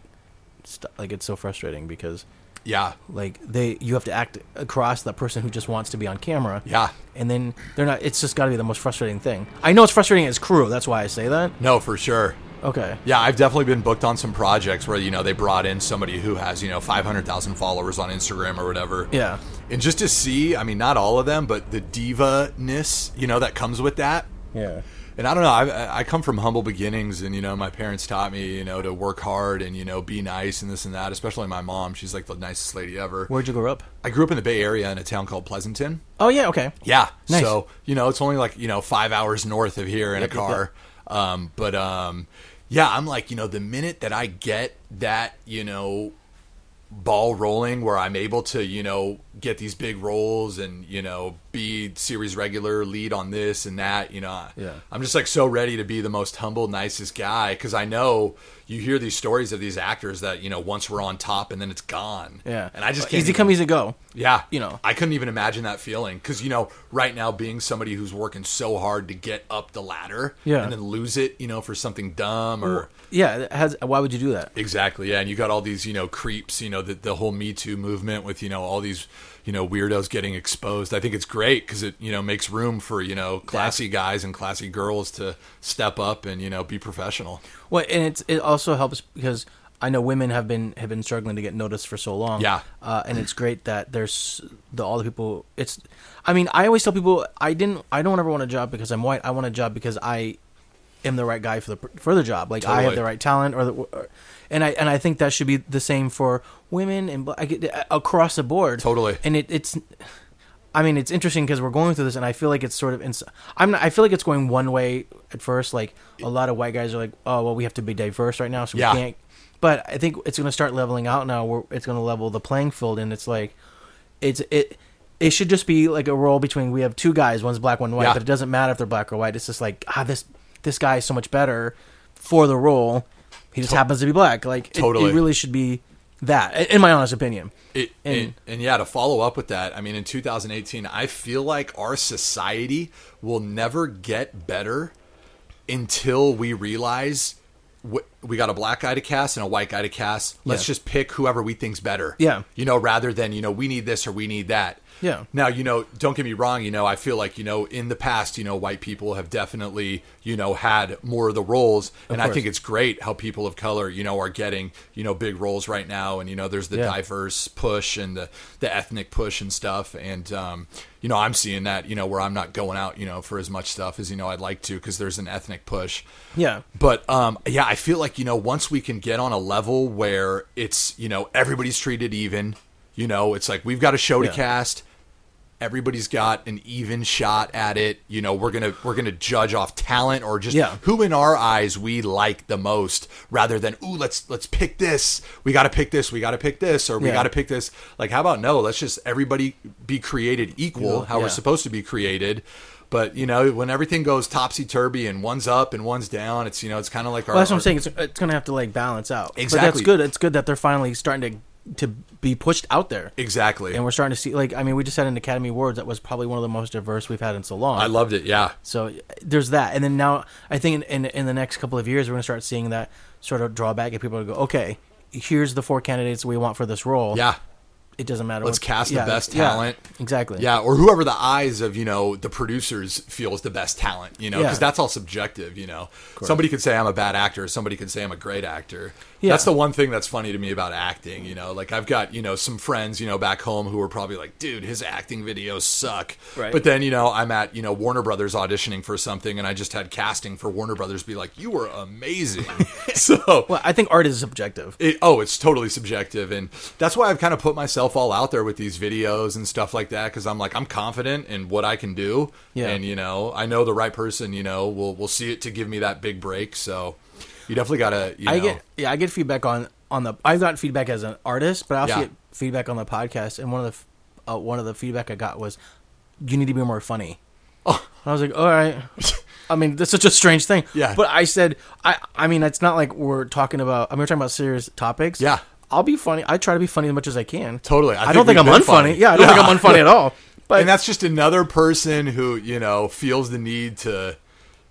Speaker 2: st- like it's so frustrating because
Speaker 1: Yeah.
Speaker 2: like they you have to act across the person who just wants to be on camera.
Speaker 1: Yeah.
Speaker 2: And then they're not. It's just got to be the most frustrating thing. I know it's frustrating as crew. That's why I say that.
Speaker 1: No, for sure.
Speaker 2: Okay.
Speaker 1: Yeah, I've definitely been booked on some projects where you know they brought in somebody who has you know five hundred thousand followers on Instagram or whatever.
Speaker 2: Yeah.
Speaker 1: and just to see, I mean, not all of them, but the diva ness you know that comes with that.
Speaker 2: Yeah.
Speaker 1: And I don't know. I, I come from humble beginnings, and you know, my parents taught me, you know, to work hard and you know, be nice and this and that. Especially my mom; she's like the nicest lady ever.
Speaker 2: Where'd you grow up?
Speaker 1: I grew up in the Bay Area in a town called Pleasanton.
Speaker 2: Oh yeah. Okay.
Speaker 1: Yeah.
Speaker 2: Nice.
Speaker 1: So, you know, it's only like, you know, five hours north of here in a
Speaker 2: Yep, yep,
Speaker 1: car. Um, but um, yeah, I'm like, you know, the minute that I get that, you know, ball rolling where I'm able to, you know, get these big roles and, you know, be series regular, lead on this and that, you know,
Speaker 2: Yeah.
Speaker 1: I'm just like so ready to be the most humble, nicest guy because I know you hear these stories of these actors that, you know, once we're on top and then it's gone.
Speaker 2: Yeah.
Speaker 1: And I just
Speaker 2: Well,
Speaker 1: can't.
Speaker 2: easy
Speaker 1: even-
Speaker 2: come, easy go.
Speaker 1: yeah.
Speaker 2: You know.
Speaker 1: I couldn't even imagine that feeling because, you know, right now being somebody who's working so hard to get up the ladder
Speaker 2: Yeah.
Speaker 1: and then lose it, you know, for something dumb or.
Speaker 2: Yeah. it Has why would you do that?
Speaker 1: Exactly. Yeah. And you got all these, you know, creeps, you know, the, the whole Me Too movement with, you know, all these, you know, weirdos getting exposed. I think it's great because it, you know, makes room for, you know, classy guys and classy girls to step up and, you know, be professional.
Speaker 2: Well, and it's it also helps because I know women have been have been struggling to get noticed for so long.
Speaker 1: Yeah.
Speaker 2: uh, and it's great that there's the all the people. It's, I mean, I always tell people I didn't I don't ever want a job because I'm white. I want a job because I am the right guy for the for the job. Like I have
Speaker 1: Totally.
Speaker 2: the right talent or the. Or, and I and I think that should be the same for women and bla- I get, across the board.
Speaker 1: Totally.
Speaker 2: And it, it's I mean, it's interesting because we're going through this, and I feel like it's sort of. Ins- I'm. Not, I feel like it's going one way at first. Like a lot of white guys are like, "Oh, well, we have to be diverse right now, so
Speaker 1: Yeah.
Speaker 2: we can't." But I think it's going to start leveling out now. Where it's going to level the playing field, and it's like, it's it. It should just be like a role between we have two guys, one's black, one white,
Speaker 1: Yeah.
Speaker 2: but it doesn't matter if they're black or white. It's just like ah, this this guy is so much better for the role. He just happens to be black. Like it-
Speaker 1: Totally.
Speaker 2: it really should be that, in- in my honest opinion.
Speaker 1: It, and,
Speaker 2: And-
Speaker 1: and, yeah, to follow up with that, I mean, in 2018, I feel like our society will never get better until we realize wh- we got a black guy to cast and a white guy to cast. Let's
Speaker 2: Yeah.
Speaker 1: just pick whoever we think's better.
Speaker 2: Yeah.
Speaker 1: You know, rather than, you know, we need this or we need that.
Speaker 2: Yeah.
Speaker 1: Now, you know, don't get me wrong, you know, I feel like, you know, in the past, you know, white people have definitely, you know, had more of the roles. and I
Speaker 2: course.
Speaker 1: think it's great how people of color, you know, are getting, you know, big roles right now. And, you know, there's the
Speaker 2: Yeah.
Speaker 1: diverse push and the, the ethnic push and stuff. And, um, you know, I'm seeing that, you know, where I'm not going out, you know, for as much stuff as, you know, I'd like to because there's an ethnic push.
Speaker 2: Yeah.
Speaker 1: But um, yeah, I feel like you know once we can get on a level where it's you know everybody's treated even. You know, it's like we've got a show to
Speaker 2: Yeah.
Speaker 1: cast. Everybody's got an even shot at it. You know, we're gonna we're gonna judge off talent or just
Speaker 2: Yeah.
Speaker 1: who in our eyes we like the most, rather than ooh let's let's pick this. We got to pick this. We got to pick this, or we
Speaker 2: Yeah.
Speaker 1: got to pick this. Like, how about no? Let's just everybody be created equal,
Speaker 2: Yeah.
Speaker 1: how we're
Speaker 2: Yeah.
Speaker 1: supposed supposed to be created. But you know, when everything goes topsy turvy and one's up and one's down, it's you know, it's kind of like our.
Speaker 2: Well, that's what
Speaker 1: our-
Speaker 2: I'm saying. It's, it's going to have to like balance out. But
Speaker 1: Exactly.
Speaker 2: that's good. It's good that they're finally starting to to be pushed out there,
Speaker 1: Exactly.
Speaker 2: and we're starting to see. Like, I mean, we just had an Academy Awards that was probably one of the most diverse we've had in so long.
Speaker 1: I loved it. Yeah.
Speaker 2: so uh, there's that, and then now I think in in, in the next couple of years we're going to start seeing that sort of drawback, and people will go, okay, here's the four candidates we want for this role.
Speaker 1: Yeah.
Speaker 2: it doesn't matter.
Speaker 1: Let's
Speaker 2: what-
Speaker 1: cast the best talent.
Speaker 2: Exactly.
Speaker 1: Yeah, or whoever the eyes of you know the producers feel is the best talent, you know, because
Speaker 2: Yeah.
Speaker 1: that's all subjective. You know, somebody could say I'm a bad actor, somebody could say I'm a great actor.
Speaker 2: Yeah.
Speaker 1: That's the one thing that's funny to me about acting. You know, like I've got you know some friends you know back home who are probably like, dude, his acting videos suck.
Speaker 2: Right.
Speaker 1: But then you know I'm at you know Warner Brothers auditioning for something, and I just had casting for Warner Brothers be like, you were amazing. so
Speaker 2: Well, I think art is subjective.
Speaker 1: it, oh, it's totally subjective, and that's why I've kind of put myself all out there with these videos and stuff like that because I'm like I'm confident in what I can do,
Speaker 2: Yeah.
Speaker 1: and you know I know the right person, you know, will will see it to give me that big break. So you definitely gotta, you know,
Speaker 2: I get yeah, I get feedback on on the I've gotten feedback as an artist, but I also
Speaker 1: Yeah.
Speaker 2: get feedback on the podcast. And one of the f- uh, one of the feedback I got was, "You need to be more funny."
Speaker 1: Oh.
Speaker 2: And I was like, "All right." I mean, that's such a strange thing.
Speaker 1: Yeah.
Speaker 2: But I said, I I mean, it's not like we're talking about. I mean, we're talking about serious topics.
Speaker 1: Yeah.
Speaker 2: I'll be funny. I try to be funny as much as I can.
Speaker 1: Totally. I
Speaker 2: I, don't
Speaker 1: think
Speaker 2: think I'm
Speaker 1: we've
Speaker 2: unfunny.
Speaker 1: been funny.
Speaker 2: Yeah, I don't think I'm unfunny at all. But
Speaker 1: and that's just another person who you know feels the need to,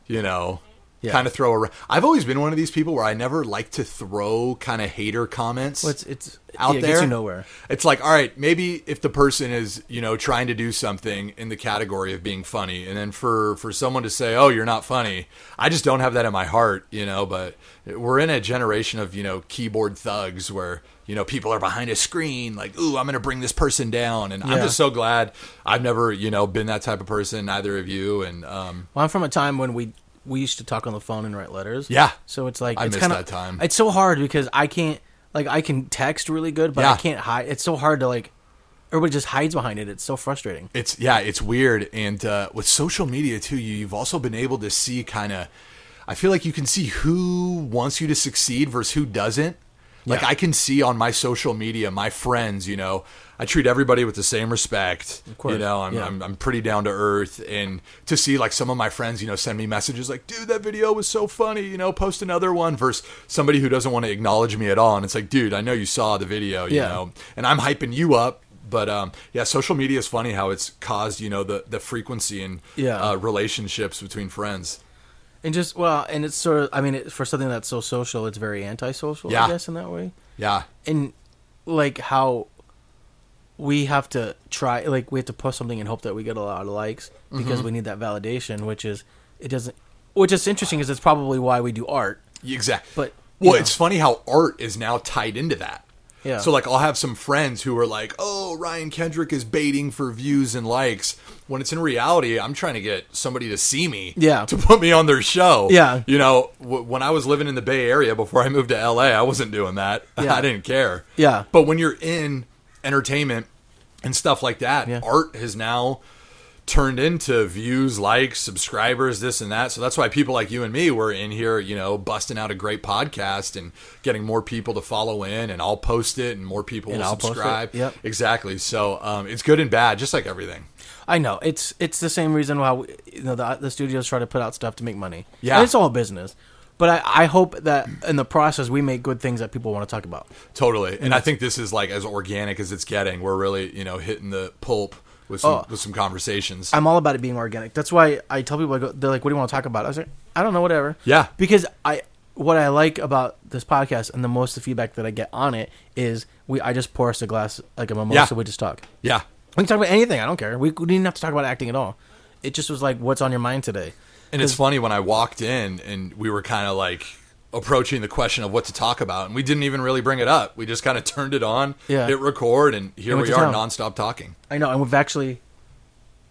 Speaker 1: you know.
Speaker 2: Yeah.
Speaker 1: Kind of throw around. I've always been one of these people where I never like to throw kind of hater comments.
Speaker 2: it's it's
Speaker 1: out
Speaker 2: yeah, it
Speaker 1: there
Speaker 2: gets you nowhere.
Speaker 1: It's like, all right, maybe if the person is, you know, trying to do something in the category of being funny, and then for for someone to say, "Oh, you're not funny," I just don't have that in my heart, you know. But we're in a generation of you know keyboard thugs where you know people are behind a screen, like, "Ooh, I'm going to bring this person down," and I'm
Speaker 2: Yeah.
Speaker 1: just so glad I've never, you know, been that type of person. Neither of you, and um,
Speaker 2: Well, I'm from a time when we we used to talk on the phone and write letters.
Speaker 1: Yeah.
Speaker 2: So it's like
Speaker 1: I
Speaker 2: it's
Speaker 1: miss
Speaker 2: kinda,
Speaker 1: that time.
Speaker 2: It's so hard because I can't like I can text really good, but
Speaker 1: Yeah.
Speaker 2: I can't hide. It's so hard to like. Everybody just hides behind it. It's so frustrating.
Speaker 1: it's yeah, it's weird. And uh, with social media too, you, you've also been able to see kind of. I feel like you can see who wants you to succeed versus who doesn't. Like
Speaker 2: Yeah.
Speaker 1: I can see on my social media, my friends. You know, I treat everybody with the same respect. Of
Speaker 2: course,
Speaker 1: You know, I'm,
Speaker 2: yeah.
Speaker 1: I'm I'm pretty down to earth, and to see like some of my friends, you know, send me messages like, "Dude, that video was so funny." You know, post another one. Versus somebody who doesn't want to acknowledge me at all, and it's like, "Dude, I know you saw the video." You
Speaker 2: Yeah.
Speaker 1: know, and I'm hyping you up. But um, yeah, social media is funny how it's caused you know the the frequency and
Speaker 2: Yeah.
Speaker 1: uh, relationships between friends.
Speaker 2: And just well, and it's sort of. I mean, it, for something that's so social, it's very antisocial.
Speaker 1: Yeah.
Speaker 2: I guess in that way.
Speaker 1: Yeah,
Speaker 2: And like how we have to try, like we have to post something and hope that we get a lot of likes because
Speaker 1: Mm-hmm.
Speaker 2: we need that validation, which is it doesn't. Which is interesting because it's probably why we do art.
Speaker 1: exactly.
Speaker 2: But,
Speaker 1: well,
Speaker 2: yeah.
Speaker 1: it's funny how art is now tied into that.
Speaker 2: Yeah.
Speaker 1: So like I'll have some friends who are like, "Oh, Ryan Kendrick is baiting for views and likes," when it's in reality, I'm trying to get somebody to see me,
Speaker 2: Yeah.
Speaker 1: to put me on their show.
Speaker 2: Yeah.
Speaker 1: You know, w- when I was living in the Bay Area before I moved to LA, I wasn't doing that.
Speaker 2: Yeah.
Speaker 1: I didn't care.
Speaker 2: Yeah.
Speaker 1: But when you're in entertainment and stuff like that.
Speaker 2: Yeah.
Speaker 1: Art has now turned into views, likes, subscribers, this and that. So that's why people like you and me were in here, you know, busting out a great podcast and getting more people to follow in, and I'll post it, and more people
Speaker 2: And
Speaker 1: will
Speaker 2: I'll post it.
Speaker 1: subscribe.
Speaker 2: Yep.
Speaker 1: exactly. So um, it's good and bad, just like everything.
Speaker 2: I know it's it's the same reason why we, you know the, the studios try to put out stuff to make money.
Speaker 1: Yeah.
Speaker 2: And it's all business. But I, I hope that in the process we make good things that people want to talk about.
Speaker 1: Totally. And I think this is like as organic as it's getting. We're really, you know, hitting the pulp with some,
Speaker 2: Oh.
Speaker 1: with some conversations.
Speaker 2: I'm all about it being organic. That's why I tell people I go, they're like, "What do you want to talk about?" I was like, "I don't know, whatever."
Speaker 1: Yeah.
Speaker 2: Because I what I like about this podcast and the most of the feedback that I get on it is we I just pour us a glass like a mimosa.
Speaker 1: Yeah.
Speaker 2: We just talk.
Speaker 1: yeah.
Speaker 2: We can talk about anything. I don't care. We, we didn't have to talk about acting at all. It just was like, "What's on your mind today?"
Speaker 1: And it's funny when I walked in and we were kind of like approaching the question of what to talk about, and we didn't even really bring it up. We just kind of turned it on,
Speaker 2: Yeah.
Speaker 1: hit record, and here
Speaker 2: And
Speaker 1: we
Speaker 2: went
Speaker 1: are
Speaker 2: to town.
Speaker 1: nonstop talking.
Speaker 2: I know, and we've actually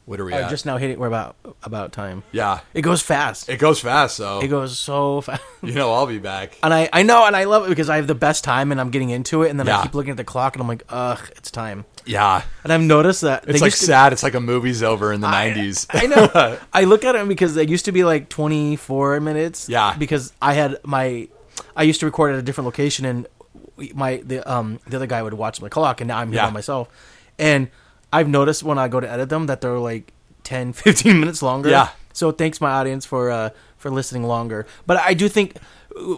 Speaker 1: What are we
Speaker 2: uh,
Speaker 1: at?
Speaker 2: just now hit it. We're about about time.
Speaker 1: yeah,
Speaker 2: It goes fast.
Speaker 1: it goes fast. So
Speaker 2: It goes so fast.
Speaker 1: you know, I'll be back.
Speaker 2: And I, I know, and I love it because I have the best time, and I'm getting into it, and then
Speaker 1: Yeah.
Speaker 2: I keep looking at the clock, and I'm like, ugh, it's time.
Speaker 1: Yeah,
Speaker 2: And I've noticed that
Speaker 1: it's like sad. It's like a movie's over in the nineties.
Speaker 2: I know. I look at it because they used to be like 24 minutes.
Speaker 1: Yeah.
Speaker 2: Because I had my, I used to record at a different location, and we- my the um the other guy would watch my clock, and now I'm here
Speaker 1: Yeah.
Speaker 2: by myself. And I've noticed when I go to edit them that they're like 10, 15 minutes longer.
Speaker 1: Yeah.
Speaker 2: So thanks my audience for uh for listening longer. But I do think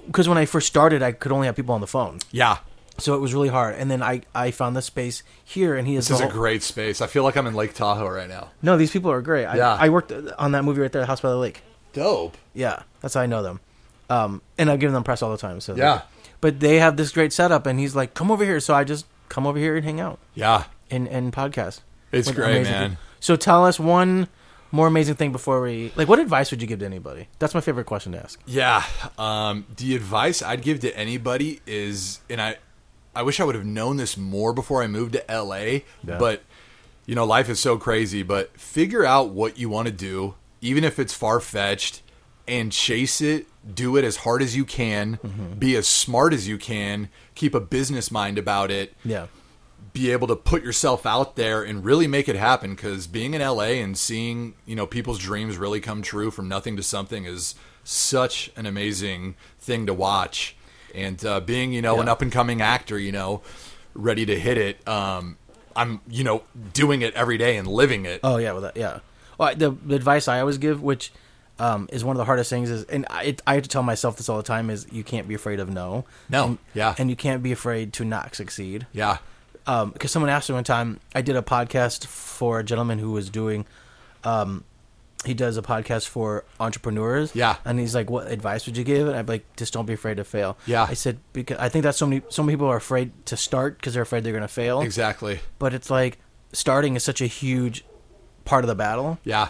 Speaker 2: because when I first started, I could only have people on the phone,
Speaker 1: yeah,
Speaker 2: so it was really hard. And then I I found this space here, and he is
Speaker 1: this is
Speaker 2: the
Speaker 1: a
Speaker 2: whole-
Speaker 1: great space. I feel like I'm in Lake Tahoe right now.
Speaker 2: no, these people are great. I,
Speaker 1: Yeah.
Speaker 2: I worked on that movie right there, House by the Lake.
Speaker 1: Dope.
Speaker 2: Yeah, that's how I know them. Um, and I give them press all the time. So
Speaker 1: Yeah.
Speaker 2: but they have this great setup, and he's like, "Come over here." So I just come over here and hang out
Speaker 1: Yeah,
Speaker 2: and and podcast.
Speaker 1: It's
Speaker 2: with
Speaker 1: great,
Speaker 2: amazing
Speaker 1: man.
Speaker 2: people. So tell us one more amazing thing before we like. What advice would you give to anybody? That's my favorite question to ask.
Speaker 1: Yeah. Um, the advice I'd give to anybody is, and I, I wish I would have known this more before I moved to LA.
Speaker 2: Yeah.
Speaker 1: But you know, life is so crazy. But figure out what you want to do, even if it's far fetched, and chase it. Do it as hard as you can. Be as smart as you can. Keep a business mind about it
Speaker 2: Yeah,
Speaker 1: be able to put yourself out there and really make it happen because being in LA and seeing, you know, people's dreams really come true from nothing to something is such an amazing thing to watch. And uh, being, you know, an
Speaker 2: Yeah.
Speaker 1: up and coming actor, you know, ready to hit it, um, I'm, you know, doing it every day and living it.
Speaker 2: Oh yeah, well that yeah. Well, the, the advice I always give, which um, is one of the hardest things, is and I, it, I have to tell myself this all the time: is you can't be afraid of no,
Speaker 1: No,
Speaker 2: and,
Speaker 1: yeah.
Speaker 2: and you can't be afraid to not succeed.
Speaker 1: yeah.
Speaker 2: because Um, someone asked me one time. I did a podcast for a gentleman who was doing, um, he does a podcast for entrepreneurs.
Speaker 1: Yeah.
Speaker 2: and he's like, "What advice would you give?" And I'm like, "Just don't be afraid to fail."
Speaker 1: Yeah.
Speaker 2: I said because I think that so many so many people are afraid to start because they're afraid they're going to fail.
Speaker 1: Exactly.
Speaker 2: But it's like starting is such a huge part of the battle
Speaker 1: Yeah.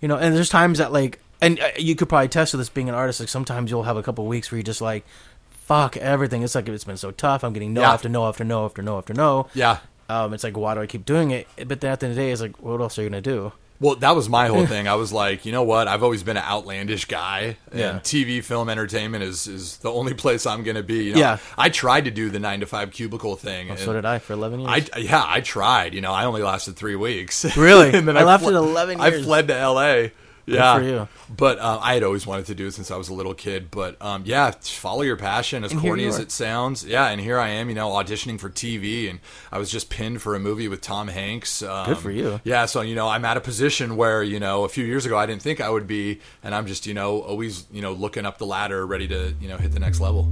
Speaker 2: you know and there's times that like and uh, you could probably test with this being an artist like sometimes you'll have a couple weeks where you're just like fuck everything it's like it's been so tough i'm getting no
Speaker 1: Yeah.
Speaker 2: after no after no after no after no
Speaker 1: Yeah.
Speaker 2: um, it's like why do i keep doing it but then at the end of the day it's like what else are you gonna do
Speaker 1: Well, that was my whole thing. I was like, you know what? I've always been an outlandish guy, and
Speaker 2: Yeah.
Speaker 1: TV, film, entertainment is is the only place I'm going to be. you know?
Speaker 2: Yeah. Oh,
Speaker 1: I tried to do the nine to five cubicle thing.
Speaker 2: so
Speaker 1: and
Speaker 2: did i for 11 years
Speaker 1: I, yeah, I tried. You know, I only lasted three weeks.
Speaker 2: Really? I left
Speaker 1: fled-
Speaker 2: at 11
Speaker 1: I
Speaker 2: years.
Speaker 1: fled to L.A. Yeah,
Speaker 2: for you.
Speaker 1: But uh, I had always wanted to do it since I was a little kid. But um, yeah, follow your passion. As
Speaker 2: And here
Speaker 1: corny
Speaker 2: you
Speaker 1: as
Speaker 2: are.
Speaker 1: it sounds, yeah. And here I am, you know, auditioning for TV, and I was just pinned for a movie with Tom Hanks. Um,
Speaker 2: Good for you.
Speaker 1: Yeah. So you know, I'm at a position where you know, a few years ago, I didn't think I would be, and I'm just you know, always you know, looking up the ladder, ready to you know, hit the next level.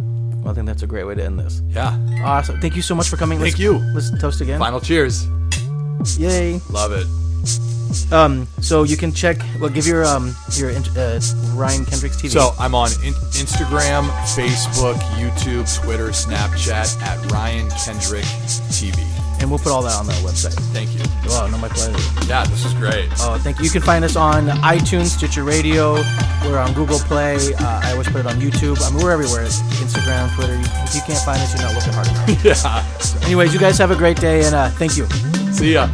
Speaker 2: well, I think that's a great way to end this
Speaker 1: Yeah.
Speaker 2: awesome thank you so much for coming
Speaker 1: Thank
Speaker 2: let's,
Speaker 1: you.
Speaker 2: let's toast again
Speaker 1: Final cheers.
Speaker 2: yay
Speaker 1: Love it.
Speaker 2: um so you can check well give your um your int- uh, ryan kendrick's tv
Speaker 1: So I'm on in- Instagram, Facebook, YouTube, Twitter, Snapchat at Ryan Kendrick TV.
Speaker 2: and we'll put all that on the website
Speaker 1: Thank you.
Speaker 2: wow no my pleasure
Speaker 1: Yeah, this is great.
Speaker 2: Oh, thank you. You can find us on iTunes, Stitcher Radio. We're on Google Play. Uh, I always put it on YouTube. I mean, we're everywhere. Instagram, Twitter. If you can't find us, you're not looking hard enough.
Speaker 1: Yeah.
Speaker 2: Anyways, you guys have a great day, and uh, thank you.
Speaker 1: See ya.